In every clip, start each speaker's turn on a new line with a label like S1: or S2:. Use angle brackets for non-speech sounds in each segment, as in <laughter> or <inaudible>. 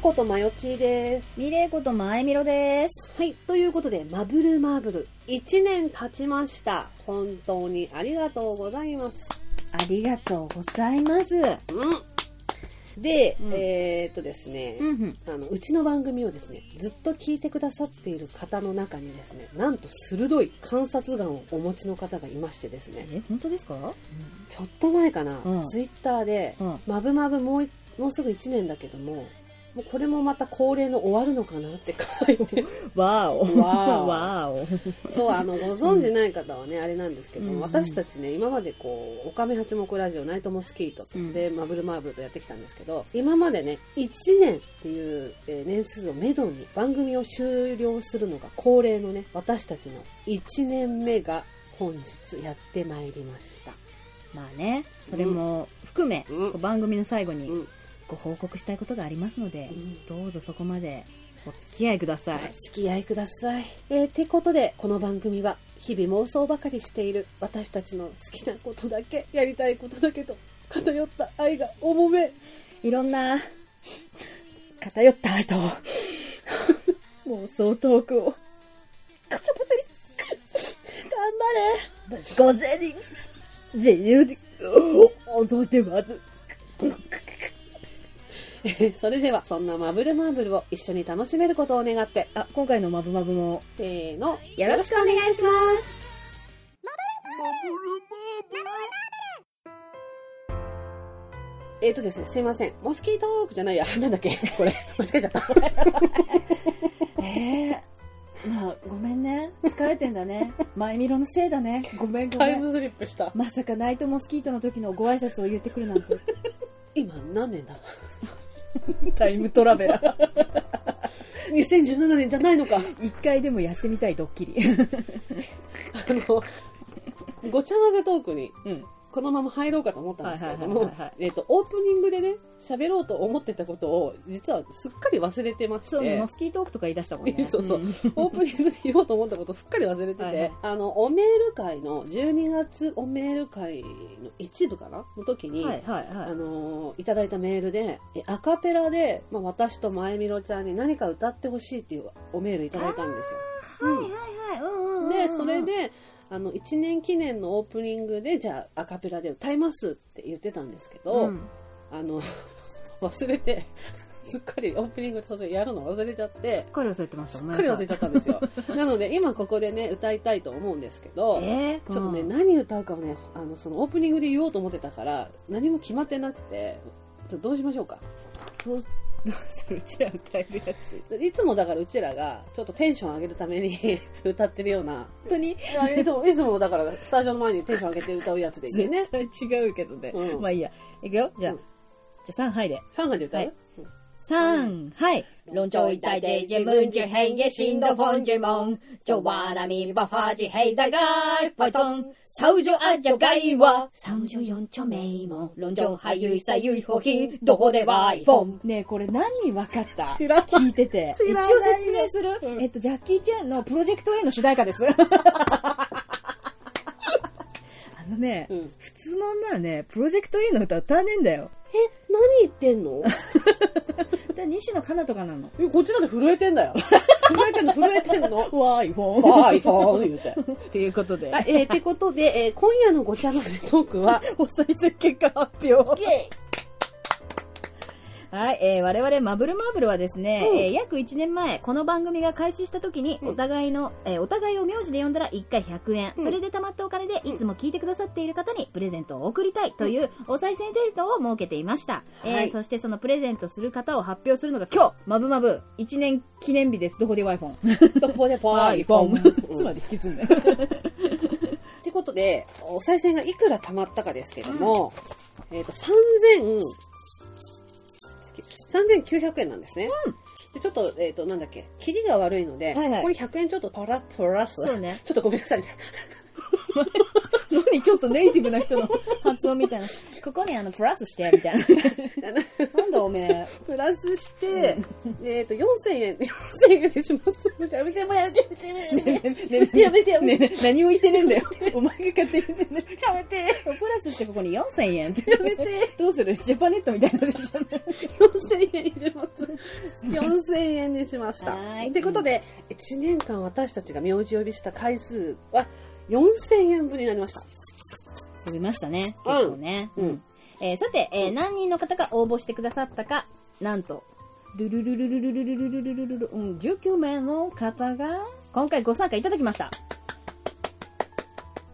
S1: ことまよちです。
S2: ミレイことまえみろです。
S1: はい。ということで、マブルマーブル。1年経ちました。本当にありがとうございます。
S2: ありがとうございます。
S1: うん。で、
S2: うん
S1: えーっとですね、
S2: うんうん。
S1: あの、うちの番組をですね、ずっと聞いてくださっている方の中にですね、なんと鋭い観察眼をお持ちの方がいましてですね、
S2: え、本当ですか
S1: ちょっと前かな、
S2: うん
S1: ツイッターで、
S2: うん。
S1: マブマブもういもうすぐ1年だけども、もうこれもまた恒例の終わるのかなって書いて、
S2: わーお。
S1: わーお
S2: <laughs> わーお。
S1: そう、あの、ご存じない方はね、あれなんですけど、
S2: うん
S1: 私たちね、今までこう、オカメ八目ラジオ、ナイトモスキート
S2: うん
S1: で、マブルマーブルとやってきたんですけど、今までね、1年っていうえー年数をめどに番組を終了するのが恒例のね、私たちの1年目が本日やってまいりました。
S2: まあね、それも含め、
S1: うん
S2: 番組の最後
S1: う
S2: に
S1: ん。
S2: ご報告したいことがありますので、
S1: うん
S2: どうぞそこまでお付き合いください。
S1: お付き合いください。えー、てことで、この番組は、日々妄想ばかりしている私たちの好きなことだけ、やりたいことだけと、偏った愛が重め。
S2: いろんな、偏った愛と、 <laughs> 妄想トークを、カチャパチ
S1: 頑張
S2: ャに
S1: れ
S2: ごぜに、自由に、踊ってます。
S1: それで <laughs> はそんなマブルマーブルを一緒に楽しめることを願って
S2: あ、今回のマブマブも、
S1: せーの
S2: よろしくお願いします。
S1: えーとですねすいませんモスキートークじゃないや <laughs> なんだっけこ
S2: <laughs>
S1: れ間違えちゃった
S2: ええまあ、ごめんね。疲れてんだ
S1: <laughs>
S2: ね。前見ろのせいだね。ごめんご
S1: タ
S2: め
S1: イ
S2: ん。
S1: ムスリップした
S2: まさかナイトモスキートの時のご挨拶を言ってくるな
S1: <laughs>
S2: んて。
S1: 今何年だ
S2: タイムトラベラー。
S1: 2017年じゃないのか
S2: <laughs> 一回でもやってみたいドッキリ。
S1: あのごちゃ混ぜトークに
S2: うん。
S1: このまま入ろうかと思ったんですけれど
S2: はい
S1: も
S2: はいはいはい
S1: えーとオープニングでね喋ろうと思ってたことを実はすっかり忘れてまして
S2: そう、モスキートークとか言い出したもん
S1: <laughs>
S2: ね。
S1: そうそうんオープニングで言おうと思ったことすっかり忘れてて、
S2: はいはい
S1: あの、おメール会の、12月おメール会の一部かなの時に、
S2: はいはい
S1: あ
S2: は
S1: のーいただいたメールで、えアカペラで、まあ、私とまえみろちゃんに何か歌ってほしいっていうおメールいただいたんですよ。
S2: い。はいはいはい。うんうんうんうん。
S1: で、それ、で、あの、1年記念のオープニングで、じゃあアカペラで歌いますって言ってたんですけど、
S2: うん
S1: あの、 <laughs> 忘れて、すっかりオープニングでそれやるの忘れちゃって、
S2: すっかり忘れてました。
S1: すっかり忘れちゃったんですよ。なので、今ここでね、歌いたいと思うんですけ
S2: ご
S1: ど、
S2: めんなさい。えー
S1: ちょっとね、
S2: うん
S1: 何歌うかをね、あの、そのオープニングで言おうと思ってたから、何も決まってなくて、ちょっとどうしましょうか。
S2: どうどうするうちら歌えるやつ。
S1: いつもだからうちらが、ちょっとテンション上げるために <laughs> 歌ってるような、
S2: 本当に <laughs>
S1: いやいつも、いつもだからスタジオの前にテンション上げて歌うやつでいいよね
S2: 絶。対違うけどね。
S1: うん
S2: まあいいや。いくよ。じゃあ、
S1: うん
S2: じゃあ3杯で。
S1: 上海で歌う、
S2: はい三杯。
S3: 论最大的自分自행의 신도 본질 몽 조와라미 바화지 헤이다가이 파통 사우조 아자 가이와 상주 연초 메이몽 론종 하유이사 유이호히 도호대와이 폼
S2: ねえ、これ何人分かった
S1: 知らない
S2: 聞いてて。
S1: 知
S2: 一
S1: らないよ
S2: 応説明する、えっと、ジャッキー・チェンのプロジェクト A の主題
S1: <laughs>
S2: 歌です。あのね、
S1: うん
S2: 普通の女はね、プロジェクト A の歌歌わねえんだよ。
S1: え、何言ってんの
S2: だ西野カナとかなの。
S1: えこっちだって震えてんだよ。震えてんの、震えてんの。
S2: わーい、フォン。
S1: バイバ <laughs> ーイ言うて。
S2: ということで
S1: あ、、えー、ってことで、えー今夜のごちゃ混ぜトークは、
S2: お再生結果発表。はい、えー我々マブルマーブルはですね、
S1: うん
S2: えー約1年前、この番組が開始した時に、
S1: うん
S2: お互いの、えーお互いを名字で呼んだら1回100円、
S1: うん
S2: それで貯まったお金で、いつも聞いてくださっている方にプレゼントを送りたいという、お賽銭デートを設けていました。えー
S1: はい
S2: そしてそのプレゼントする方を発表するのが今日、マブマブ、1年記念日です。どこで iPhone?
S1: どこでバイ
S2: iPhone <laughs>
S1: ン。
S2: つまり引き継んだ。
S1: ってことで、お賽銭がいくら貯まったかですけども、えっ、と、3000、3900円なんですね。でちょっと、えっ、と、なんだっけ、キリが悪いので、
S2: はいは
S1: こ
S2: い
S1: こに100円ちょっとパラプラス。
S2: そうね
S1: <laughs> ちょっとごめんなさいね。
S2: 何ちょっとネイティブな人の発音みたいな。ここにあの、プラスして、みたいな。なんだおめえ。
S1: プラスして、えっと、4000円、4000円でします。やめて、もうやめて、やめて、やめて、
S2: ね
S1: やめてやめ
S2: ねね何も言ってねえんだよ。お前が勝手に言ってね。
S1: やめて、
S2: プラスしてここに4000円って。
S1: やめて、
S2: どうするジャパネットみたいなのでしょ。
S1: 4000円入れます。 4000円にしました。
S2: はい
S1: ってことで、1年間私たちが名字呼びした回数は4000円分になりました。
S2: 飛びましたね。
S1: うん
S2: 結構ね。
S1: うん。
S2: えーさて、えー何人の方が応募してくださったか、なんと、ドゥルルルルルルルルルルルルル、うん、19名の方が、今回ご参加いただきました。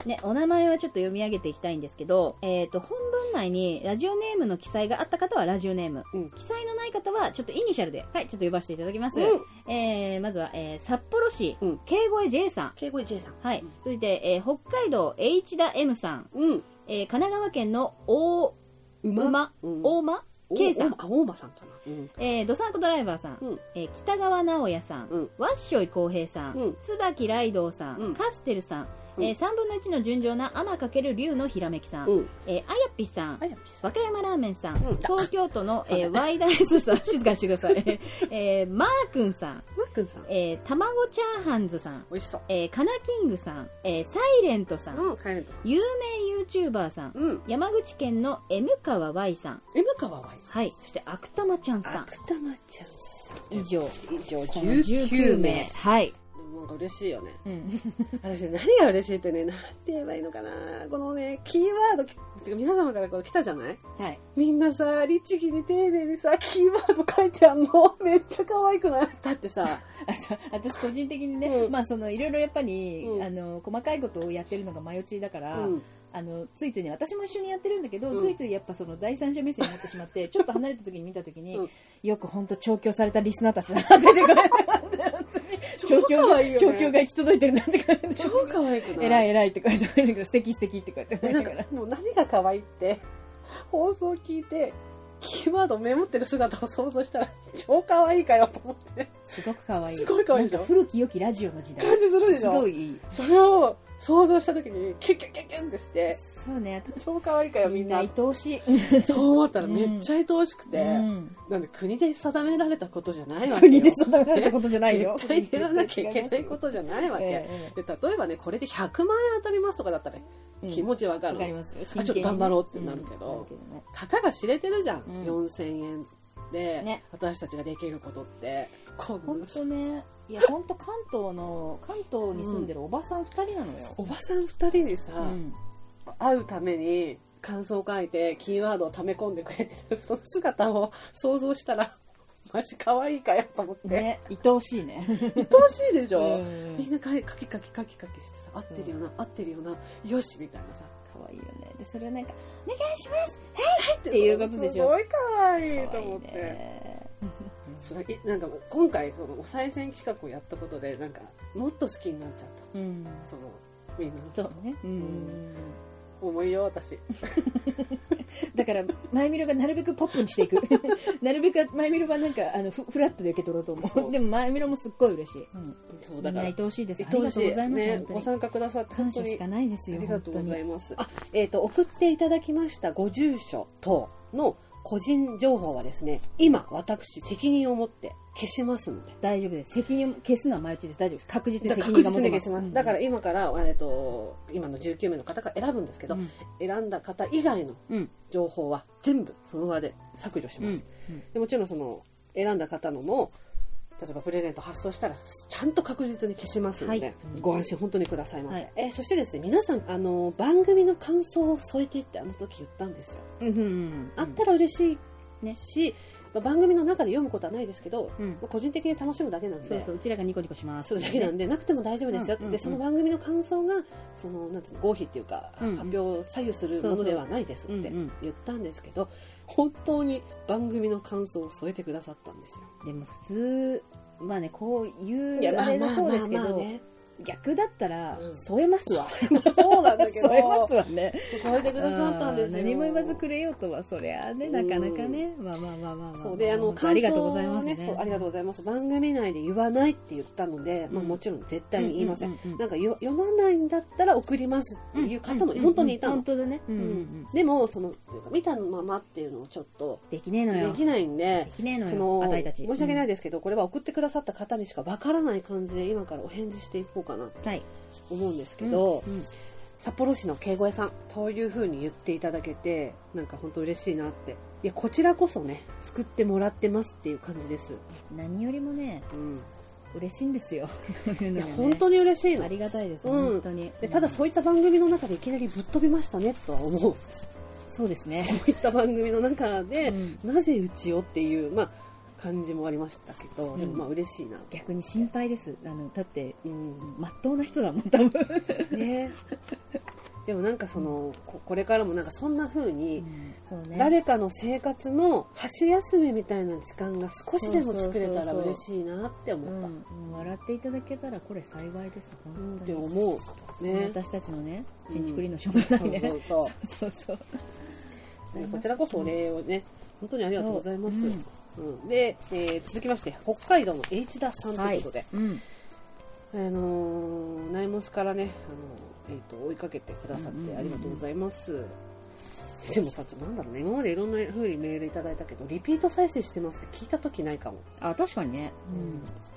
S2: ね、お名前はちょっと読み上げていきたいんですけど、えっ、と、本文内にラジオネームの記載があった方はラジオネーム、
S1: うん
S2: 記載のない方はちょっとイニシャルで、はい、ちょっと呼ばせていただきます。
S1: う
S2: えーまずは、えー札幌市、
S1: うん
S2: 敬越 J さん。
S1: 敬語 J さん。
S2: はい、続いて、えー北海道 H 田 M さん、
S1: うん。
S2: えー神奈川県の大
S1: 馬
S2: 馬、
S1: うん
S2: 大馬、K さん、
S1: あ、大馬さんかな。うん。
S2: えー、ドサンコドライバーさん、
S1: うん
S2: えー北川直也さん、
S1: うん
S2: わっしょいこうへいさん、
S1: うん
S2: 椿ライドウさん、
S1: うん
S2: カステルさん、
S1: うん
S2: えー、3分の1の純情な天×竜のひらめきさん、
S1: うん。
S2: えー、あやっぴさん、
S1: あやぴさ
S2: 和歌山ラーメンさん、
S1: ん
S2: 東京都の、
S1: そう
S2: え
S1: だ
S2: ー、ワイダイスさん、 <laughs> 静かにしてください、 <laughs> えー、マーくん
S1: ん。
S2: さん、
S1: マックンさん。
S2: えー、たまごチャーハンズさん、
S1: 美味しそう。
S2: えー、カナキングさん、えー、サイレントさん、
S1: うん、帰ると。
S2: 有名 YouTuber さん、
S1: うん。
S2: 山口県の M 川 Y さん、
S1: M 川はいい。
S2: はい、そして悪玉ちゃんさん、
S1: 芥間ちゃん。
S2: 以上。
S1: 以上
S2: この19名。はい。
S1: でもなんか嬉しいよね
S2: うん。
S4: <laughs>
S1: 私ね何が嬉しいってねなんて言えばいいのかなこのねキーワードてか皆様からこれ来たじゃない
S2: はい。
S1: みんなさ律儀に丁寧にさキーワード書いてあんの <laughs> めっちゃ可愛くないだってさ
S4: あそう私個人的にね、
S1: うん
S4: まあそのいろいろやっぱり、
S1: うん
S4: あの細かいことをやってるのが迷ちだから、
S1: うん
S4: あのついついね私も一緒にやってるんだけど、
S1: うん
S4: ついついやっぱその第三者目線になってしまってちょっと離れた時に見た時に、
S1: うん
S4: よく本当調教されたリスナーたちだなってこれ
S1: <laughs> 超可愛いよ
S4: 調
S1: ね
S4: 教が行き届いてるなって感じ
S1: <laughs> 超可愛くない
S4: 偉い偉いって書いてあるけど素敵素敵って書いてあ
S1: なん
S4: るから
S1: かもう何が可愛いって放送聞いてキーワードメモってる姿を想像したら超可愛いかよと思って
S4: すごく可愛い
S1: すごい可愛いでしょ
S4: なんか古き良きラジオの時代
S1: 感じするでし
S4: す
S1: ょ
S4: ごい
S1: それを想像した時にキュッキュッキュッキュンってして
S4: そうね
S1: 超可愛いかよ
S4: み
S1: みん
S4: ん
S1: な
S4: な愛おしい、
S1: そう思ったらめっちゃ愛おしくて、
S4: うん
S1: なんで国で定められたことじゃないわけよ
S4: 国で定められたことじゃないよ
S1: 絶対やらなきゃいけないことじゃないわけ、
S4: え
S1: で例えばねこれで100万円当たりますとかだったら、ね
S4: え
S1: 気持ちわか
S4: わ
S1: る
S4: かりますよ
S1: あちょっと頑張ろうってなるけどたかが知れてるじゃん、
S4: うん
S1: 4000円で、
S4: ね
S1: 私たちができることってこん
S4: 本
S1: な
S4: 当ねいや本当関東の関東に住んでるおばさん二人なのよ、
S1: おばさん2人にさ、
S4: うん
S1: 会うために感想を書いてキーワードを溜め込んでくれてるその姿を想像したら <laughs> マジ可愛いかよと思って、
S4: ね愛おしいね
S1: 愛おしいでしょ、
S4: うん
S1: みんなかいカキカキカキカキしてさ合ってるよな、合ってるよなよしみたいなさ
S4: <laughs> 可愛いよねでそれをなんか「お願いします!
S1: って
S4: いうことでしょ
S1: すごい可愛い」
S4: 可
S1: と
S4: 愛
S1: 思
S4: い
S1: って
S4: ね
S1: それえなんかもう今回そのお賽銭企画をやったことでなんかもっと好きになっちゃっ
S4: うん
S1: たそのみんなの
S4: そうねうん
S1: 思いよ私
S4: だから前見るがなるべくポップにしていく <laughs> なるべく前見るはなんかあのフフラットで受け取ろうと
S1: そ
S4: 思
S1: う
S4: うでも前見るもすっごい嬉しい、うん、
S1: <laughs> そう
S4: み
S1: だ
S4: ん
S1: か
S4: な
S1: ら
S4: 愛おしいですあ
S1: 愛
S4: り
S1: お
S4: が
S1: し
S4: とうございます、
S1: ね
S4: 本、当
S1: ご
S4: に
S1: 参加くださって
S4: 感
S1: 本当
S4: 謝
S1: に
S4: しかないです
S1: あ
S4: よ
S1: りがとうござ
S4: 本
S1: います。あ、えっ、と、送っていただきましたご住所等の個人情報はですね、今、私、責任を持って消しますので。
S4: 当に大丈夫です責任を消すのは前打ちです大丈夫です確実
S1: だ
S4: に
S1: から
S4: 責任
S1: 確
S4: が
S1: 実
S4: 持
S1: に
S4: て
S1: 消
S4: ま
S1: し
S4: す
S1: ます。だから今から、えっ、と、今の19名の方が選ぶんですけど、
S4: うん
S1: 選んだ方以外の
S4: うん
S1: 情報は全部その場で削除します。でもちろんその、選んだ方のも、例えばプレゼント発送したらちゃんと確実に消しますので、
S4: はい
S1: ご安心本当にくださいま
S4: は
S1: せ、
S4: い
S1: えーそしてですね皆さんあの番組の感想を添えてってあの時言ったんですよ
S4: うんうんうん
S1: あったら嬉しい
S4: ね
S1: し、まあ番組の中で読むことはないですけど、
S4: うん
S1: まあ個人的に楽しむだけなんで
S4: そうそううちらがニコニコします
S1: それだけなんで、なくても大丈夫ですよ、
S4: うんうんうん
S1: でその番組の感想がそのなんていうの合否っていうか、
S4: うんうん
S1: 発表を左右するものではないですっ
S4: そう
S1: て
S4: そううんうん
S1: 言ったんですけど、本当に番組の感想を添えてくださったんですよ
S4: でも普通まあねこういう
S1: いやま
S4: あ
S1: あ
S4: れも
S1: まあ
S4: そう
S1: ま
S4: で
S1: あ
S4: すけ
S1: まあ
S4: ど
S1: ね
S4: 逆だったら
S1: うん
S4: 添えますわ
S1: そうなんだけど
S4: <laughs> 添えますわね
S1: 添えてくださったんですよ
S4: う何も言わずくれようとはそりゃあねなかなかねまあまあまあまあまあ
S1: そうであの
S4: ありがとうござい
S1: 感想
S4: ま
S1: を
S4: す
S1: ね
S4: ね
S1: そうありがとうございます番組内で言わないって言ったので、まあ、
S4: うん
S1: もちろん絶対に言いません,、
S4: ううう
S1: なんかよ読まないんだったら送りますっていう方も
S4: うん
S1: 本当にいたの、
S4: 本当だねうんうん
S1: う
S4: うんん
S1: でもそのというか見たままっていうのをちょっと
S4: できねえの
S1: で
S4: よ
S1: きないんで
S4: できねえの
S1: そ
S4: よ
S1: の
S4: あたいた
S1: 申
S4: ち
S1: し訳ない
S4: で
S1: ですけど、これは送ってくださった方にしかわからない感じで今からお返事していこうかなと
S4: はい
S1: 思うんですけど、
S4: うん
S1: 札幌市の敬語屋さんそういう風に言っていただけてなんか本当嬉しいなっていやこちらこそね救ってもらってますっていう感じです
S2: 何よりもね
S1: うん
S2: 嬉しいんですよこういう
S1: い
S2: の
S1: や
S2: がね
S1: 本当に嬉しいの
S2: ありがたいです、
S1: うん
S2: 本当に
S1: でただそういった番組の中でいきなりぶっ飛びましたねとは思う
S2: そうですね
S1: こういった番組の中で、
S2: うん
S1: なぜうちをっていう、まあ、感じもありましたけど、
S2: うん
S1: でもまあ嬉しいな、
S2: 逆に心配ですあのだって
S1: うん、
S2: まっとうな人だもん多分、
S1: ね <laughs> でもなんかそのここれからもなんかそんな風に、
S2: そうね
S1: 誰かの生活の箸休めみたいな時間が少しでも作れたら
S2: そうそうそうそう
S1: 嬉しいなって思った、
S2: うん、笑っていただけたらこれ幸いです本当
S1: っ
S2: に、
S1: て思うね
S2: 私たちのねちんちくりのしょうがないね、
S1: そうそうそう
S2: <laughs> そうそうそう
S1: こちらこそお礼をね、本当にありがとうございます。
S2: う
S1: うんで、えー続きまして、北海道の H 田さんということで、
S2: うん
S1: あのー、ナイモスからね、あのーえーと追いかけてくださっ
S2: うんうんうんう
S1: て
S2: ん
S1: ありがとうございます。でもさ、ちょっとなんだろうね、今までいろんな風にメールいただいたけど、リピート再生してますって聞いた時ないかも。
S2: あ確かにね、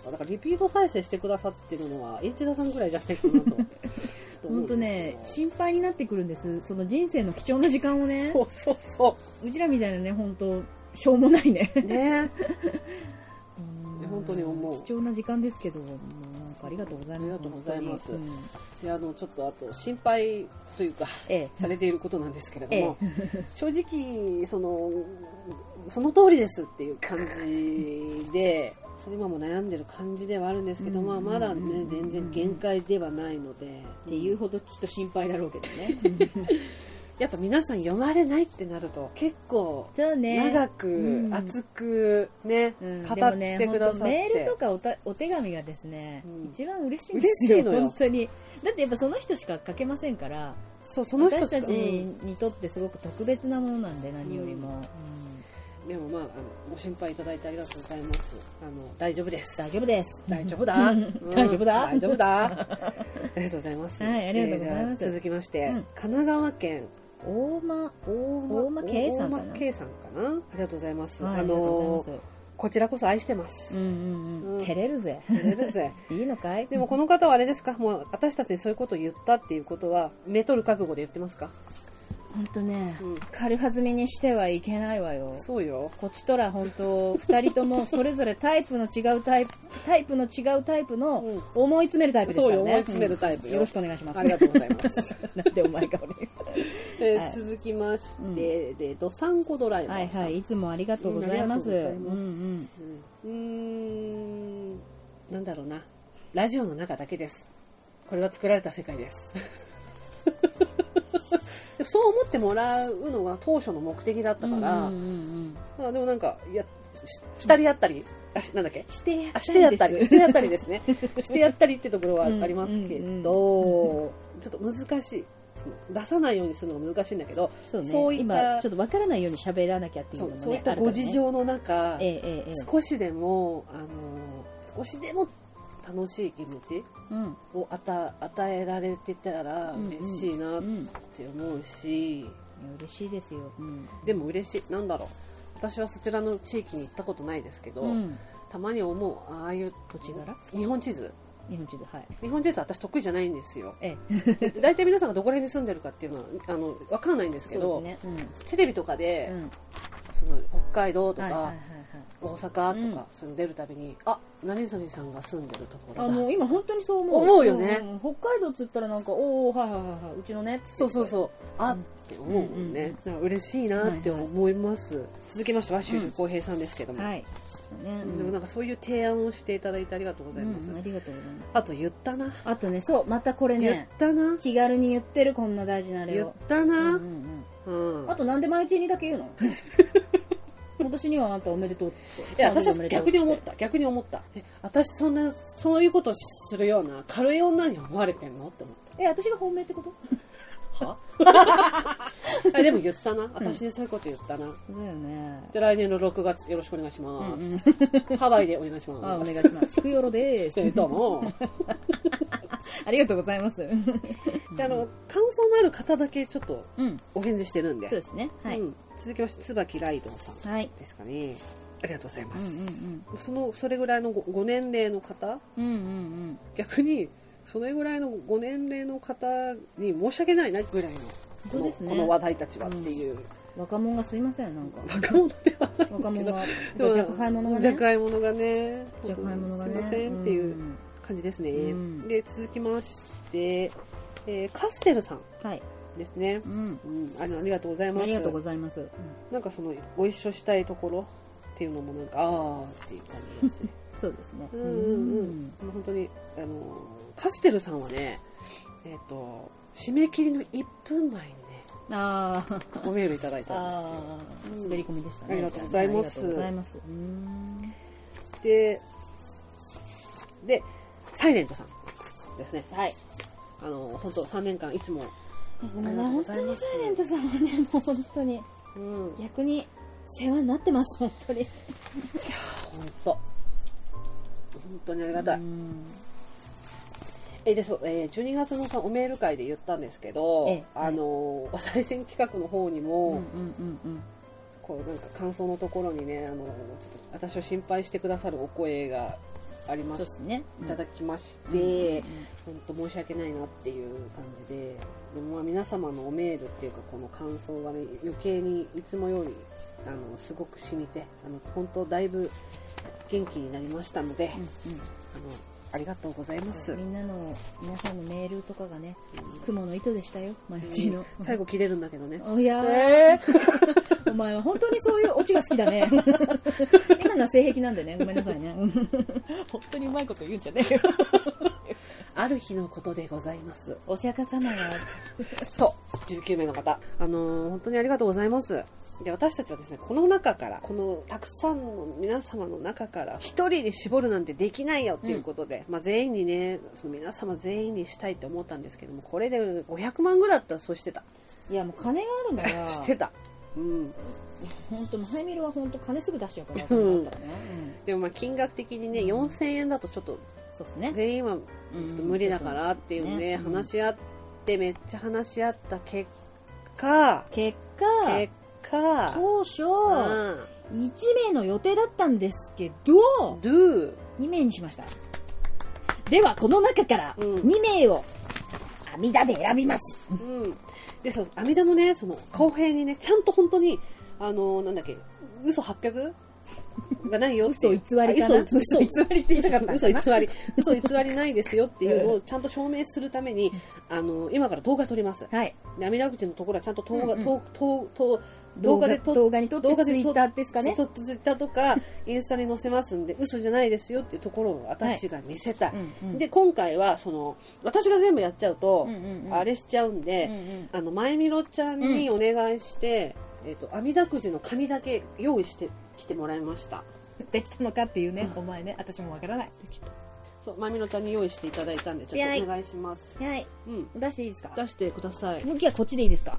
S1: だからリピート再生してくださってるのは、H 田さんぐらいじゃないか
S2: <laughs>
S1: なと。ちょっと思
S2: 本
S1: うんですけど
S2: 当ね心配になってくるんですその人生の貴重な時間をね
S1: そうそうそう
S2: ちらみたいなね本当しょうもないね
S1: う。ね
S2: うん
S1: 本当に思う
S2: 貴重な時間ですけどもうなんかありがとうございます
S1: ありがとうございます
S2: 本当にうん
S1: であのちょっとあと心配というか
S2: ええ
S1: されていることなんですけれども、正直そのその通りですっていう感じでそれ今も悩んでる感じではあるんですけど、
S2: うん
S1: まあ、まだ
S2: うんうんう
S1: ね
S2: ん
S1: 全然限界ではないので、
S4: ていうほどきっと心配だろうけどね
S1: やっぱ皆さん読まれないってなると結構
S2: そうね
S1: 長く
S2: うん
S1: 熱くね、
S2: うん
S1: 語ってくださっ
S2: でもね、
S1: て、
S2: メールとかおたお手紙がですね、
S1: うん
S2: 一番嬉しいんですよ
S1: 嬉しいのよ
S2: 本当にだってやっぱその人しか書けませんから
S1: そうその人
S2: 私
S1: しか
S2: たちにとってすごく特別なものなんで何よりも、
S1: うん
S2: うん
S1: でもまああのご心配いただいてありがとうございますあの大丈夫です
S2: 大丈夫です
S1: 大丈夫だ、
S2: <laughs> 大丈夫だ
S1: 大丈夫
S2: <laughs>
S1: だありがとうございます
S2: はいありがとうございます
S1: えーじゃあ続きまして、
S2: うん
S1: 神奈川県
S2: 大間
S1: 大間
S2: 大間圭さんかな
S1: 大間圭さんかなありがとうございます、
S2: はい
S1: あ
S2: りがとうご
S1: の
S2: ざいま
S1: こちらこそ愛してます
S2: <laughs> すうんうん
S1: う
S2: うんん照れるぜ
S1: 照れるぜ
S2: いいのかい
S1: でもこの方はあれですかもう私たちにそういうことを言ったっていうことは目取る覚悟で言ってますか、
S2: 本当ね
S1: うん、
S2: 軽はずみにしてはいけないわよ
S1: そうよ
S2: こっちとら本当2人ともそれぞれタイプの違うタイプタイプの違うタイプの
S1: うん
S2: 思い詰めるタイプですからね
S1: そうよ思い詰めるタイプよ
S2: よろしくお願いします
S1: ありがとうござい
S2: <laughs>
S1: ます、
S2: なんでお前が俺
S1: えー
S2: はい
S1: 続きまして、でドサンコドライバー
S2: はい
S1: さん
S2: はい、いつもありがとうございます。
S1: うあり
S2: うんん
S1: がとうございます
S2: うん。
S1: うーんなんだろうなラジオの中だけですこれは作られた世界
S2: <laughs>
S1: ですでもそう思ってもらうのが当初の目的だったから、
S2: うんうんうん
S1: あでもなんかやししたりやったり、あしなんだっけ
S2: してや
S1: あしてやった
S2: ん
S1: り
S2: です
S1: してやったりですねしてやったりってところはありますけど、
S2: うんうんうん
S1: ちょっと難しいその出さないようにするのが難しいんだけど
S2: そうね。
S1: そういった
S2: 今ちょっとわからないように喋らなきゃっていう
S1: そ
S2: の
S1: う
S2: もね。
S1: そういった
S2: あるか
S1: ご
S2: らね
S1: 事。情の中、
S2: ええええええ。
S1: 少しでも、あの少しでも楽しい気持ち
S2: うん
S1: を与与えられてたら
S2: うんうん
S1: 嬉しいなっ
S2: うん。
S1: て思うし、
S2: 嬉しいですよ。うん。
S1: でも嬉しいなんだろう私はそちらの地域に行ったことないですけど、
S2: うん
S1: たまに思うああいう
S2: 土地柄？
S1: 日本地図
S2: 日本地図はい。
S1: 日本地図私得意じゃないんですよ
S2: え
S1: 大体皆さんがどこら辺に住んでるかっていうのはあの分かんないんです
S2: え。
S1: けど
S2: そうですね。
S1: テレビとかで、
S2: うん。うん。
S1: その北海道とか、
S2: はいはいはいはい。
S1: 大阪とか、
S2: うん
S1: その出るたびにあ何々さんが住んでるところ
S2: あ
S1: だ
S2: もう今本当にそう思う。
S1: 思うよね
S2: んんうん北海道っつったらなんかおおはいはいはいはいうちのね。
S1: そうそう
S2: う。
S1: そうあって思うもん
S2: うん
S1: ね
S2: うん、
S1: なんか嬉しいなって思います、続きましては修平浩平さんですけども、
S2: はい。そうね。う
S1: でも
S2: ん
S1: なんかそういう提案をしていただいてありがとうございます、
S2: うんありがとうございます。
S1: あと言ったな、
S2: あとね、そう、またこれ
S1: 言っ
S2: ね、
S1: たな
S2: 気軽に言ってる、こんな大事なあれ
S1: 言っ
S2: を。
S1: た
S2: うんう
S1: な、
S2: ん
S1: うん
S2: うん、あと、なんで毎日にだけ言うの
S1: <laughs>
S2: 私にはあんたおめでとうって。
S1: いや私は
S2: 誕生日お
S1: 逆
S2: めでとうて
S1: に思っ。た逆に思ったえ私そんなそういうことするような軽い女に思われてんのって思っ
S2: え、私が本命ってこと
S1: たは <laughs> あでも言ったな私にそういうこと言ったな、
S2: そうだよね。
S1: で来年の6月よろしくお願いしま
S2: うん
S1: す、ハワイでお願いします
S2: あ、お願いします。
S1: <laughs>
S2: 祝よろでーす。
S1: どうも
S2: ありがとうございます。
S1: であの感想のある方だけちょっと
S2: うん、
S1: お返事してるんで
S2: そうですね。はい。
S1: うん続きまして椿ライドさん
S2: はい。
S1: ですかねありがとうございま
S2: うん
S1: す、
S2: うん
S1: そのそれぐらいのごご年齢の方
S2: うん。うんうん
S1: 逆にそれぐらいのご年齢の方に申し訳ないなぐらいのこ
S2: そう
S1: の,、
S2: ですね
S1: この話題たちはっていう、
S2: 若者がすいませんなん
S1: <laughs>
S2: か
S1: 若者ではない
S2: 若者が
S1: でも
S2: 若輩者がね
S1: 若輩者がね
S2: 若輩者がね
S1: すいませんっていう
S2: うん
S1: 感じですね、
S2: うん
S1: で続きまして、えーカステルさん
S2: はい
S1: ですね
S2: う、ん
S1: うん、あのありがとうございます
S2: ありがとうございます、うん
S1: なんかそのご一緒したいところっていうのもなんかああっていう感じですね
S2: <laughs> そうですね
S1: うんうんうんあの本当にあのカステルさんはねえっ、と締め切りの1分前にね
S2: あー
S1: おメールいただいたんで
S2: あ
S1: うん
S2: ー滑り込みでしたね
S1: ありがとうございます
S2: ありがとうございますうん
S1: すででサイレントさんですね
S2: はい
S1: あの本当3年間いつも
S2: で
S1: あ
S2: も
S1: りがと
S2: ね
S1: うござ
S2: 本当
S1: いま
S2: に
S1: す
S2: サイレントさんはねもう本当に
S1: うん
S2: 逆に世話になってます本当に
S1: 本当本当にありがたい、
S2: うん
S1: えでそうえー12月のさおメール会で言ったんですけど、
S2: ええ
S1: あのお賽銭企画の方に
S2: うんう
S1: も、
S2: んうん
S1: こうなんか感想のところにねあのちょっと私を心配してくださるお声があり
S2: うん
S1: ま
S2: そう
S1: し
S2: ですね
S1: いただきまし
S2: うん
S1: て、本当申し訳ないなっていう感じで、でもまあ皆様のおメールっていうか、この感想がね、余計にいつもより、あの、すごく染みて、あの、本当だいぶ元気になりましたので、あ
S2: うん
S1: の、
S2: うん
S1: ありがとうございます。
S2: みんなの皆さんのメールとかがね雲の糸でしたよ毎日の
S1: 最後切れるんだけどね。
S2: おやー、お前は本当にそういうオチが好き
S1: <laughs>
S2: だね今のは性癖なんでねごめんなさいね本当にうまいこと言うんじゃねえよ
S1: <laughs> ある日のことでございます。
S2: お釈迦様が
S1: そう、19名の方。あのー本当にありがとうございます。で、私たちはですね、この中から、このたくさんの皆様の中から、一人に絞るなんてできないよっていうことで、まあ全員にね、その皆様全員にしたいと思ったんですけども、これで500万ぐらいあったらそうしてた。
S2: いやもう金があるんだか
S1: <laughs> して
S2: ら
S1: た。うん。
S2: 本当マイミルは本当金すぐ出しちゃうからと思ったらね、うん
S1: でもまあ金額的にね、4000円だとちょっと、
S2: そうですね
S1: 全員はちょっと無理だからっていうね、
S2: うん
S1: 話し合って、めっちゃ話し合った結果、
S2: 結果
S1: 結果、
S2: 当初
S1: うん
S2: 1名の予定だったんですけど
S1: do
S2: 2名にしましたではこの中から
S1: うん
S2: 2名を阿弥陀で選びます
S1: うん、でそう阿弥陀もねその公平にねちゃんと本当にあのなんだっけ嘘 800? がないよって
S2: 嘘
S1: いう
S2: 偽りかな
S1: あ嘘嘘
S2: 嘘偽りって言いたかったん
S1: 嘘
S2: だな
S1: 嘘偽り嘘偽りないですよっていうのをちゃんと証明するためにあの今から動画撮ります
S2: はい
S1: で阿弥陀口のところはちゃんと動画、
S2: うんうん
S1: ととと動
S2: 動
S1: 画
S2: 画
S1: で
S2: で
S1: 撮っ
S2: 動画に撮って
S1: 動画で
S2: ツイ
S1: 撮っ
S2: ッターですかね
S1: そうツイッターとかインスタに載せます
S2: <laughs>
S1: んで嘘じゃないですよっていうところを私が見せたい、
S2: うんうん
S1: で今回はその私が全部やっちゃうと、
S2: うんうんうん
S1: あれしちゃうんで、
S2: うんうん
S1: あの、まゆみろちゃんにお願いして、えっ、と、網だくじの紙だけ用意してきてもらいました。
S2: できたのかっていうねお前ね私もわからない
S1: そう、まゆみろちゃんに用意していただいたんで、ちょっと
S2: はい
S1: お願いします。
S2: はい
S1: うん。
S2: 出していいですか
S1: 出してください。
S2: 向きはこっちでいいですか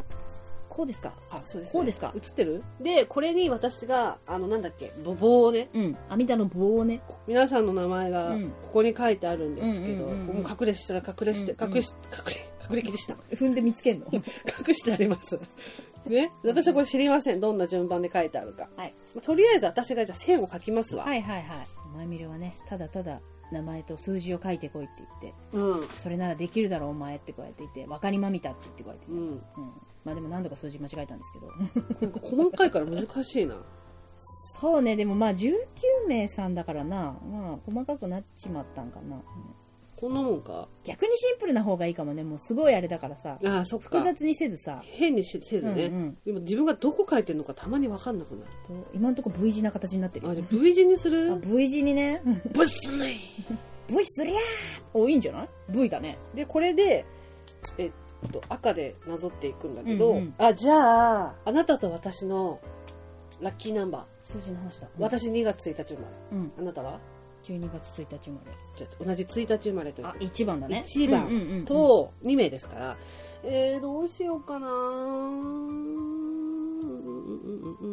S2: こうですか
S1: あ、そうです、ね。
S2: こうですか
S1: 映ってるで、これに私が、あの、なんだっけ、ぼ棒をね、
S2: うん阿弥陀の棒をね
S1: 皆さんの名前がこ
S2: うん
S1: こに書いてあるんですけど、
S2: うんうんうんうん
S1: もう隠れしたら隠れして、
S2: うんうん
S1: 隠れし、隠れ、隠れきでした。 <laughs>
S2: 踏んで見つけんの
S1: 隠してあります。ね。私はこれ知りません。どんな順番で書いてあるか。
S2: はい
S1: とりあえず私がじゃあ線を書きますわ。
S2: はいはいはい前見るはねただただ名前と数字を書いてこいって言って
S1: うん。
S2: それならできるだろうお前ってこうやって言って分かりまみたって言ってこうやって
S1: う
S2: 言って、
S1: ん。
S2: うんまあでも何度か数字間違えたんですけど
S1: なんか細かいから難しいな。
S2: そうねでもまあ19名さんだからなまあ細かくなっちまったんかな、うん
S1: こんなもんか。
S2: 逆にシンプルな方がいいかもねもうすごいあれだからさ
S1: ああ、そっ
S2: 複
S1: か。
S2: 雑にせずさ
S1: 変にしせずね。
S2: うんうん
S1: 今自分がどこ書いてるのかたまにわかんなくなる。
S2: こう今のところ V 字な形になってる
S1: あ、じゃ
S2: よ
S1: あ V 字にす
S2: あ
S1: る
S2: V 字にね
S1: ブスリ
S2: V すりゃーおいいんじゃない V だね
S1: で、これで、えっと、赤でなぞっていくんだけど、
S2: うんうん
S1: あ、じゃあ、あなたと私のラッキーナンバー。
S2: 数字の話だ、
S1: 私2月1日生まれ。
S2: うん、
S1: あなたは
S2: 12月1日生まれ
S1: じゃあ同じ1日生まれという
S2: あ
S1: ことで
S2: 一番だね
S1: 一番
S2: うんうんうんうん
S1: と2名ですから、えー、どうしようかなうん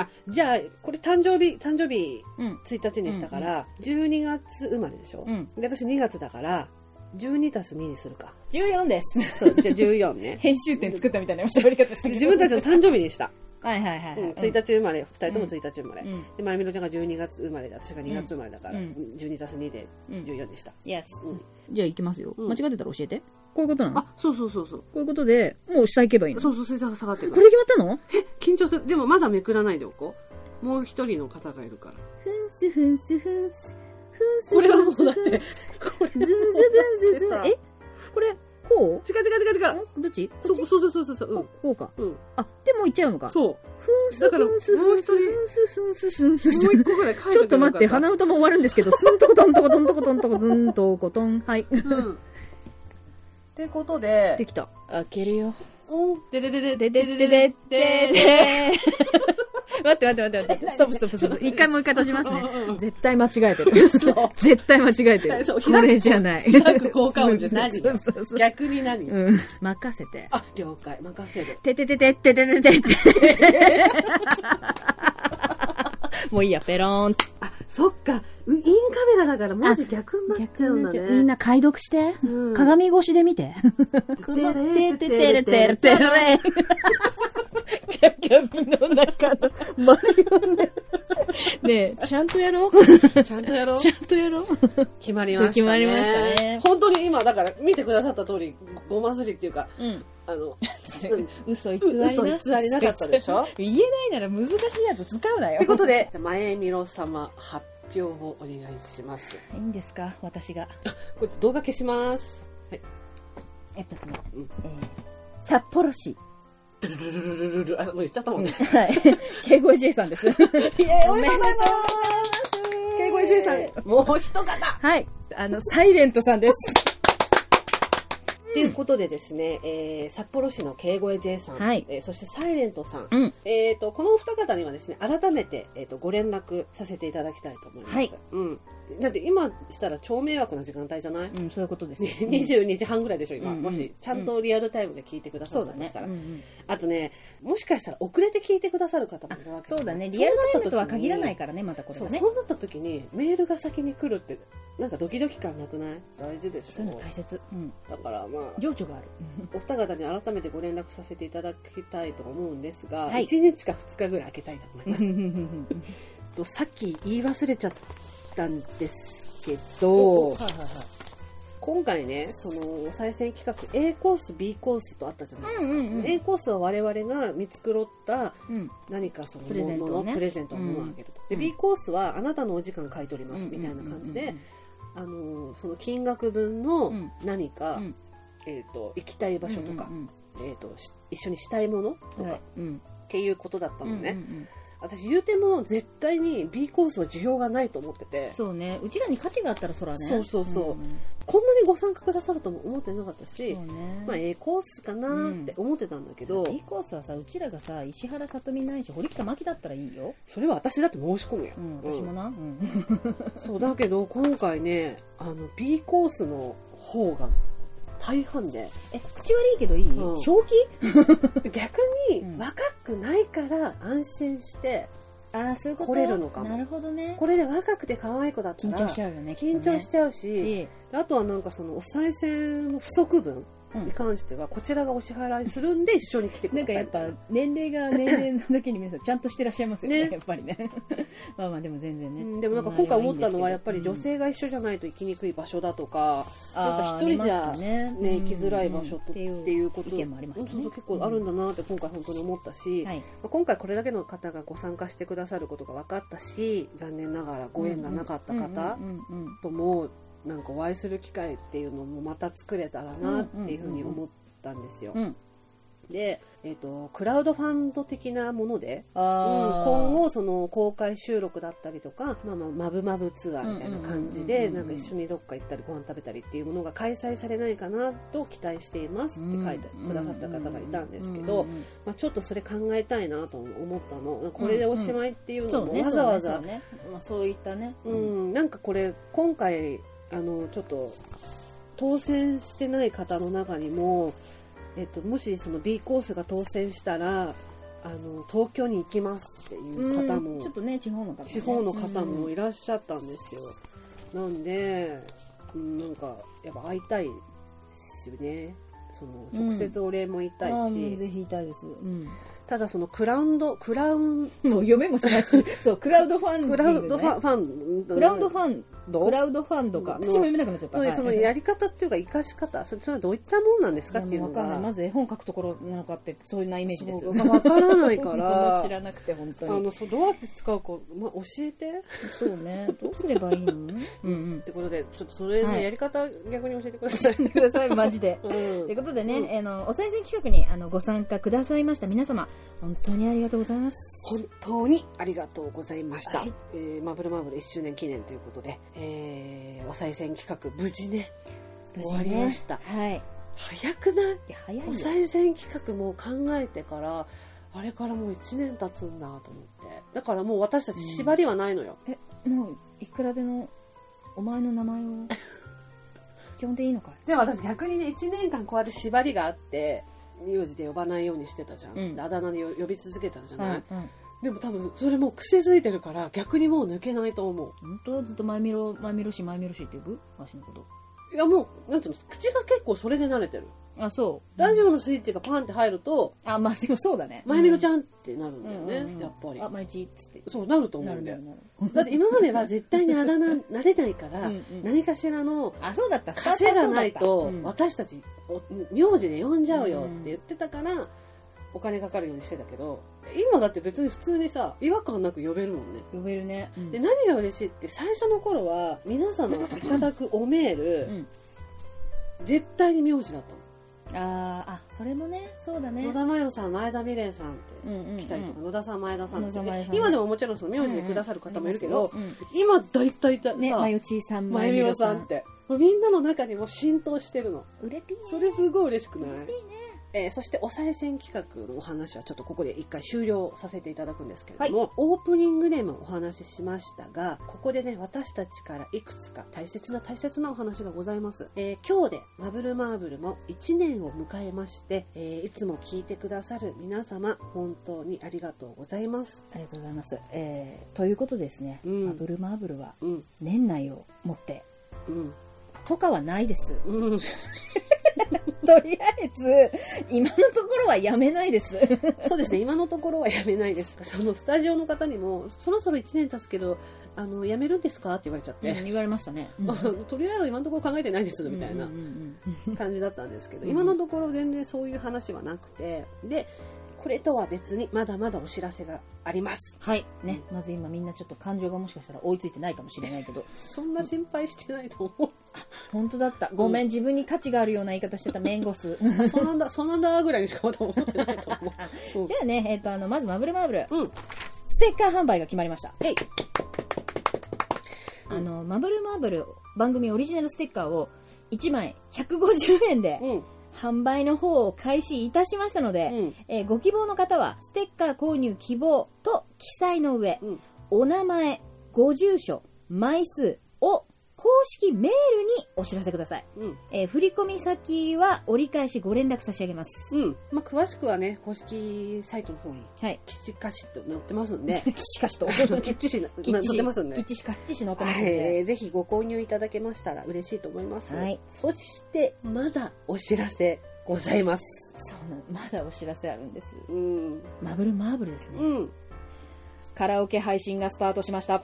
S1: あじゃあこれ誕生日誕生日
S2: うん
S1: 1日にしたから、12月生まれでしょ、
S2: うん
S1: で私2月だから12たす2にするか
S2: 14です <laughs>
S1: そうじゃあ14ね
S2: 編集点作ったみたいな喋り方した
S1: で自分たちの誕生日にした
S2: はいはいはいは
S1: う
S2: い。
S1: ん、1日生まれ、2人とも1日生まれ。
S2: うん
S1: で、まゆみろちゃんが12月生まれで、私が2月生まれだから、
S2: うん
S1: 12足す2で14でした。
S2: Yes
S1: うん
S5: じゃあ行きますよ。
S1: うん
S5: 間違ってたら教えて。こういうことなのこ
S1: あ、そうそうそうそう。
S5: ういうことで、もう下行けばいいの
S1: そうそう、水が下がってく
S5: こ
S1: る。
S5: れ決まったの
S1: え、緊張する。でもまだめくらないでおこう。もう一人の方がいるから。
S2: ふんすふんすふんす。ふんす
S1: これはもうだって、これ。
S2: ずんずぶ
S5: <laughs>
S2: んずずん。え
S5: これ、こ
S1: 違う違う違う違う。
S5: うどっち
S1: そうそうそうそうそう。う
S5: こ
S1: ん。
S5: こうか。
S1: うん。
S5: あ、でも行っちゃうのか。
S1: そう。
S5: ふんす
S1: だから
S5: ふんす
S1: もう一人
S5: ふんすふんすふんすふんす
S1: もう一個ぐらい書いとけば
S5: ちょっと待って、
S1: よか
S5: 鼻歌も終わるんですけど、すんとことんとことんとことんとこずんとことん。はい。
S1: た。うん。ってことで、
S5: できた。
S2: 開けるよ。
S1: でででで
S2: でででででで待って待って待って待って。ストップストップストップ。
S5: 一回もう一回閉じますね。絶対間違えてる。
S1: そ
S5: 絶対間違えてる。
S1: そう
S5: これじゃない。
S1: 開く効果音じゃ何
S5: そうそうそう
S1: 逆に何
S5: うん。任せて。
S1: あ、了解。任せる。
S5: ててててててててて。もういいや、ペロン。
S1: あ、そっか。うインカメラだから文字逆になっちゃうんだね。
S2: みんな解読して。
S1: うん
S2: 鏡越しで見て。このてててれてれてれ。鏡の中のマリオネ
S5: ねえ、ちゃんとやろう。
S1: ちゃんとやろう
S5: ち。ゃんとやろう。
S1: 決まりましたね。
S5: 決まりましたね
S1: 本当に今、だから見てくださった通り、ごごますりっていうか、
S5: うん。
S1: あ <laughs> の、
S2: 嘘偽
S1: う
S2: りな。
S1: 嘘偽りなかったでしょっ
S5: 言えないなら難しいやつ使うなよ
S1: てことで、じゃあ前見ろ様発表をお願いします。
S2: いいんですか私が。
S1: これ動画消します。はい。
S2: えっとね
S1: うん、
S2: えー札幌市。
S1: ドゥルルルルルルル、あ、もう言っちゃったもんね。
S2: はい。K5J さんです。
S1: イエーイおめでとうございます !K5J さん、もう一方
S2: はい。あの、サイレントさんです。
S1: ということでですね、えー札幌市の K5J さん、
S5: はい
S1: えーそしてサイレントさん、
S5: うん
S1: えー、とこのお二方にはですね、改めて、えー、とご連絡させていただきたいと思います。
S2: はい
S1: うん、だって今したら超迷惑な時間帯じゃ <laughs> ない、
S2: うん、そういうこと <laughs> ですよ。
S1: 22時半ぐらいでしょ今、
S2: うんうん
S1: もしちゃんとリアルタイムで聞いてくださ
S2: そ
S1: っ
S2: う
S1: た
S2: だ
S1: と
S2: ね
S1: し。たら、
S2: うん
S1: あとねもしかしたら遅れて聞いてくださる方もいるわけ
S2: そうだね。
S1: じ
S2: リ
S1: ゃ
S2: ア
S1: ない
S2: ルタイムとは限らないからね、またこれ
S1: そう
S2: がね。
S1: そうなった時にメールが先に来るってなんかドキドキ感なくない大事でし
S2: そういうの
S1: ょ
S2: 大切。うん。
S1: だからまあ
S2: 情緒がある。
S1: お二方に改めてご連絡させていただきたいと思うんですが、
S2: はい
S1: 1日か2日ぐらい空けたいと思います
S2: は
S1: とさっき言い忘れちゃったんですけど
S2: いはいはい。
S1: 今回ねそのお賽銭企画 A コース B コースとあったじゃないですか、
S2: うんうんうん
S1: A コースは我々が見繕った
S2: うん。
S1: 何かその
S2: プレゼントをね
S1: ものプレゼントを物をあげると、で B コースはあなたのお時間買い取りますみたいな感じで、あのその金額分の
S2: うん
S1: 何か、
S2: うん
S1: えー、と行きたい場所とか、
S2: うんうん
S1: えー、とし一緒にしたいものとか
S2: はいうん
S1: っていうことだったのね、
S2: うんうんうん
S1: 私言うても絶対に B コースは需要がないと思ってて
S2: そうね。うちらに価値があったらそらね。
S1: そうそうそうん
S2: ん
S1: こんなにご参加くださるとも思ってなかったし、
S2: そうね。
S1: まあ、A コースかなーって思ってたんだけど、
S2: D コースはさ、うちらがさ、石原さとみないし、堀北真希だったらいいよ。
S1: それは私だって申し込むよ、
S2: うん、私も
S1: うん
S2: な。うん。
S1: そうだけど今回ねあの B コースの方が大半で
S2: え、口悪いけどいい
S1: うん
S2: 正気
S1: 逆に
S2: うん
S1: 若くないから安心して、
S2: ああ、そういうこと
S1: 来れるのかも
S2: なるほどね。
S1: これで若くて可愛い子だった
S2: 緊
S1: ら
S2: 張しちゃうよね。
S1: 緊張し
S2: きっ
S1: ちゃう
S2: とね
S1: し、あとはなんかそのお賽銭の不足分
S2: うん
S1: に関してはこちらがお支払いするんで一緒に来てく
S2: な
S1: だ
S2: ん
S1: さ
S2: か
S1: い
S2: やっぱ年齢が年齢なだけに皆さんちゃんとしてらっしゃいますよね
S1: ね
S2: やっぱりね <laughs> まあまあでも全然
S1: う
S2: ね、
S1: んでもなんか今回思ったのはやっぱり女
S2: うん
S1: 性が一緒じゃないと行きにくい場所だとか、なん
S2: あー
S1: か一人じゃ
S2: ありました
S1: ね
S2: ねう
S1: 行
S2: ん
S1: きづらい場所とっていうこと
S2: 意見もありましたね
S1: そうそう結構あるんだなって今回本当に思ったし、
S2: はい
S1: まあ今回これだけの方がご参加してくださることが分かったし残念ながらご縁がなかった方
S2: うんうんうんうん
S1: ともなんかお会いする機会っていうのもまた作れたらなっていうふうに思ったんですよ。
S2: うん
S1: で、えっとクラウドファンド的なもので、うん
S2: あー
S1: 今後その公開収録だったりとか、まあ、まあマブマブツアーみたいな感じで
S2: うんうん
S1: な
S2: うんんうんうん
S1: か一緒にどっか行ったりご飯食べたりっていうものが開催されないかなと期待していますって書いてくださった方がいたんですけど、
S2: うんうんうん
S1: まあ、ちょっとそれ考えたいなと思ったのこれでおしまいっていう
S2: そ
S1: の
S2: う
S1: も
S2: ね
S1: わざわざ
S2: そうねそうねまあそういったね
S1: うん、なんかこれ今回あのちょっと当選してない方の中にも、えっと、もしその B コースが当選したらあの東京に行きますっていう方も、
S2: うんちょっとね地方の方もね
S1: 地方の方もいらっしゃったんですよ、なんで、うん、なんかやっぱ会いたいしねその直接お礼も言いたいし、
S2: あーもうぜひいたいですうん
S1: ただそのクラウンド、クラウン、
S2: もう読めもしないし、そう、クラウドファンディン
S1: ク
S2: グ
S1: ラウドファ,、
S2: ね
S1: ファン、
S2: クラウドフ
S1: ン
S2: ァン
S1: どう
S2: クラウドファンドか。
S1: うん
S2: 私も読めなくなっちゃった。
S1: そう
S2: は
S1: で
S2: い
S1: そのやり方っていうか、生かし方、それそれはどういったものなんですかって
S2: い
S1: い
S2: や
S1: うの
S2: もうわかんない。ま
S1: が、
S2: ず絵本書くところなのかって、そういうイメージです。
S1: そうわからないか
S2: <laughs>
S1: ら
S2: 知らなくて、本当
S1: あ
S2: に。
S1: のそうどうやって使うか、まあ、教えてっ
S2: そうね。どうすればいいのうんうん。
S1: てことで、ちょっとそれの
S2: はい
S1: やり方、逆に教えてください。
S2: <laughs> ください、マジで。
S1: う
S2: <laughs> というんことでね、あのお賽銭企画にあのご参加くださいました皆様本当にありがとうございます。
S1: 本当にありがとうございました。
S2: はい
S1: えーマブルマブル1周年記念ということで、えーお賽銭企画、無事ね、
S2: 無事
S1: 終わりました。
S2: はい。
S1: 早くない
S2: いや早いよ
S1: お。賽銭企画も考えてからあれからもう1年経つんだと思ってだからもう私たち縛りはないのよ、
S2: もういくらでのお前の名前を
S1: <laughs>
S2: 基本でいいのかい。
S1: でも私逆にね1年間こうやって縛りがあって名字で呼ばないようにしてたじゃん、
S2: うん
S1: であだ名で呼び続けたじゃない、
S2: はい。うん。
S1: でも多分それもう癖づいてるから逆にもう抜けないと思う
S2: 本当ずっと前見ろ前見ろし前見ろしって呼ぶわしのこと。
S1: いやもうなんていうの口が結構それで慣れてる
S2: あそう。
S1: ラジオのスイッチがパンって入ると
S2: あまあでもそうだね。
S1: 「まゆみろちゃん」ってなるんだよ
S2: うん
S1: ね、
S2: うんうん
S1: やっぱり
S2: あ毎日っつって。
S1: そうなると思
S2: な
S1: う
S2: る
S1: んだ
S2: な
S1: よ
S2: るなる。
S1: だって今までは絶対にあだ名慣れないから、
S2: うんうん
S1: 何かしらの
S2: あそうだった。
S1: 稼がないと
S2: うん
S1: 私たちお名字で呼んじゃうよって言ってたからお金かかるようにしてたけど今だって別に普通にさ違和感なく呼べるもんね
S2: 呼べるね。うん
S1: で何が嬉しいって最初の頃は皆様いただくおメー
S2: う
S1: ル
S2: ん
S1: 絶対に名字だったの
S2: あーあそれもねそうだね。
S1: 野田真代さん前田美玲さんっ
S2: うんうんうん
S1: て来たりとか野田さん前田さんっ
S2: 野
S1: て
S2: 田前田さん
S1: 今でももちろんその名字でくださる方もいるけど
S2: うん
S1: 今大体だ
S2: ね、
S1: さ
S2: まよちーさん、
S1: まゆみろさんっ。てもうみんなの中にもう浸透してるの
S2: うれぴー
S1: それすごい嬉しくないえーそしてお賽銭企画のお話はちょっとここで一回終了させていただくんですけれども、オープニングでもお話ししましたがここでね私たちからいくつか大切な大切なお話がございます、えー今日で「マブルマーブル」も1年を迎えまして、えーいつも聞いてくださる皆様本当にありがとうございます
S6: ありがとうございます。えー、ということでですね、
S1: うん
S6: マブルマーブルは
S1: うん
S6: 年内をもって、
S1: うん
S6: とかはない
S1: <laughs>
S6: です。
S1: うん
S6: とりあえず、今のところはやめないです。
S1: そうですね、今のところはやめないです。そのスタジオの方にも、そろそろ1年経つけど、あの、やめるんですかって言われちゃっ
S2: うん
S1: て、
S2: 言われまし
S1: <laughs>
S2: たね。
S1: とりあえず今のところ考えてないです、みたいな
S2: うんうんうん
S1: 感じだったんですけど、今のところ全然そういう話はなくて、で、これとは別にまだまだお知らせがあります。
S2: はい。ね。まず今みんなちょっと感情がもしかしたら追いついてないかもしれないけど。
S1: そんな心配してないと思
S2: <laughs> 本当だった。ごめん、自分に価値があるような言い方してたメンゴ
S1: <laughs>
S2: ス。
S1: う。そうなんだ、そうなんだぐらいにしかまだ思ってないと思う。
S2: じゃあね、えっ、と、あの、まずマブルマーブル。
S1: うん、うん、
S2: ステッカー販売が決まりました。
S1: えい
S2: あの、マブルマーブル番組オリジナルステッカーを1枚150円で
S1: うん、
S2: 販売の方を開始いたしましたので、
S1: うん、
S2: えーご希望の方はステッカー購入希望と記載の上、
S1: うん
S2: お名前ご住所枚数を公式メールにお知らせください、
S1: うん、
S2: えー振込先は折り返しご連絡差し上げます
S1: うん。まあ、詳しくはね、公式サイトの方に、
S2: はい
S1: きちかしと載ってますん
S2: <laughs>
S1: で、
S2: しかしと
S1: キッチしな、
S2: き
S1: な載ってますんで。
S2: きっちしかっちしのってますん
S1: は
S2: で、
S1: い、ぜひご購入いただけましたら嬉しいと思います。
S2: はい
S1: そして、まだお知らせございます。
S2: そうなのまだお知らせあるんです
S1: うん。
S2: マブルマーブルですね、
S1: うん。
S2: カラオケ配信がスタートしました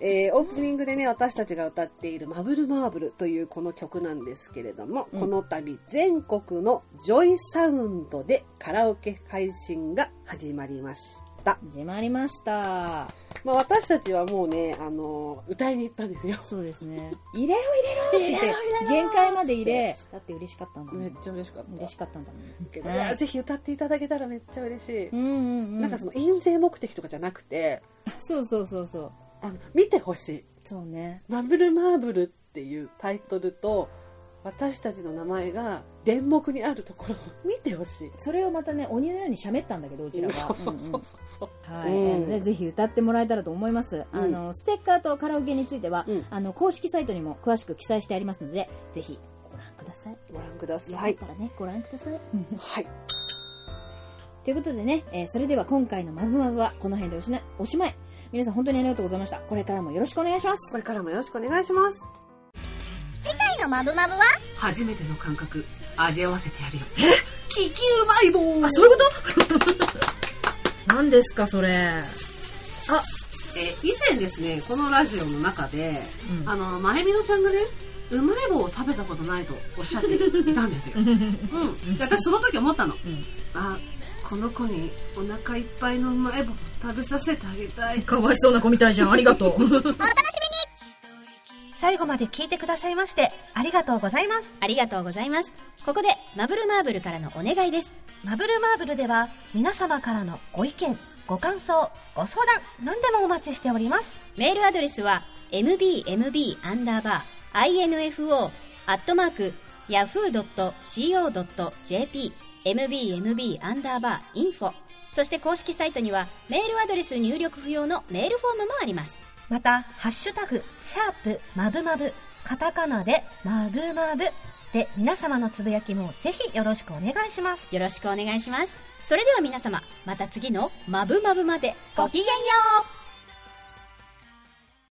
S1: えーオープニングでね、私たちが歌っているマブルマーブルというこの曲なんですけれども、この度全国のジョイサウンドでカラオケ配信が始まりました。
S2: 始まりました
S1: まあ私たちはもうね、あのー歌いに行ったんですよ。
S2: そうですね入れろ入れろって言って限界まで入れだって嬉しかったんだもん
S1: めっちゃ嬉しかっ
S2: 嬉しかったんだもん
S1: たけど、いやぜひ歌っていただけたらめっちゃ嬉しい。
S2: うんうんうん、
S1: なんかその印税目的とかじゃなくて、
S2: そうそうそうそう
S1: あの見てほしい
S2: そうね
S1: 「マブルマーブル」っていうタイトルと私たちの名前が伝目にあるところを <laughs> 見てほしい
S2: それをまたね鬼のように喋ったんだけどうちらは、うんうんはい、
S1: うん
S2: でぜひ歌ってもらえたらと思います、
S1: うん
S2: あのステッカーとカラオケについては、
S1: うん
S2: あの公式サイトにも詳しく記載してありますのでぜひご覧ください
S1: ご覧くだ
S2: よ
S1: さ
S2: かっ
S1: い
S2: たらね、ご覧ください
S1: はい
S2: ということでね、えーそれでは今回の「まぶまぶ」はこの辺でおしなおしまい皆さん本当にありがとうございましたこれからもよろしくお願いします
S1: これからもよろしくお願いします
S7: 次回の
S8: のマブマブは
S9: 初めての感覚味合わせてやるよ
S5: 利きうまい棒
S9: あそういうこと
S5: と <laughs> 何ですかそれ
S1: えー以前ですねこのラジオの中で、
S5: うん
S1: あのまゆみのちゃんがねうまい棒を食べたことないとおっしゃっていたんですよ、うん、で私その時思ったの、あこの子にお腹いっぱいのうまい棒を食べさせてあげたい
S5: かわいそうな子みたいじゃんありがとう
S10: 最後まで聞いてくださいましてありがとうございます
S3: ありがとうございます。ここで、マブルマーブルからのお願いです。
S10: マブルマーブルでは皆様からのご意見ご感想ご相談何でもお待ちしております
S3: メールアドレスは、mbmb-info-yahoo.co.jp、mbmb-info。そして公式サイトには、メールアドレス入力不要のメールフォームもあります。
S10: また「ハッシュタグシャープマブマブ」カタカナで「マブマブ」で皆様のつぶやきもぜひよろしくお願いします
S3: よろしくお願いします。それでは皆様、また次のマブマブまでごきげんよう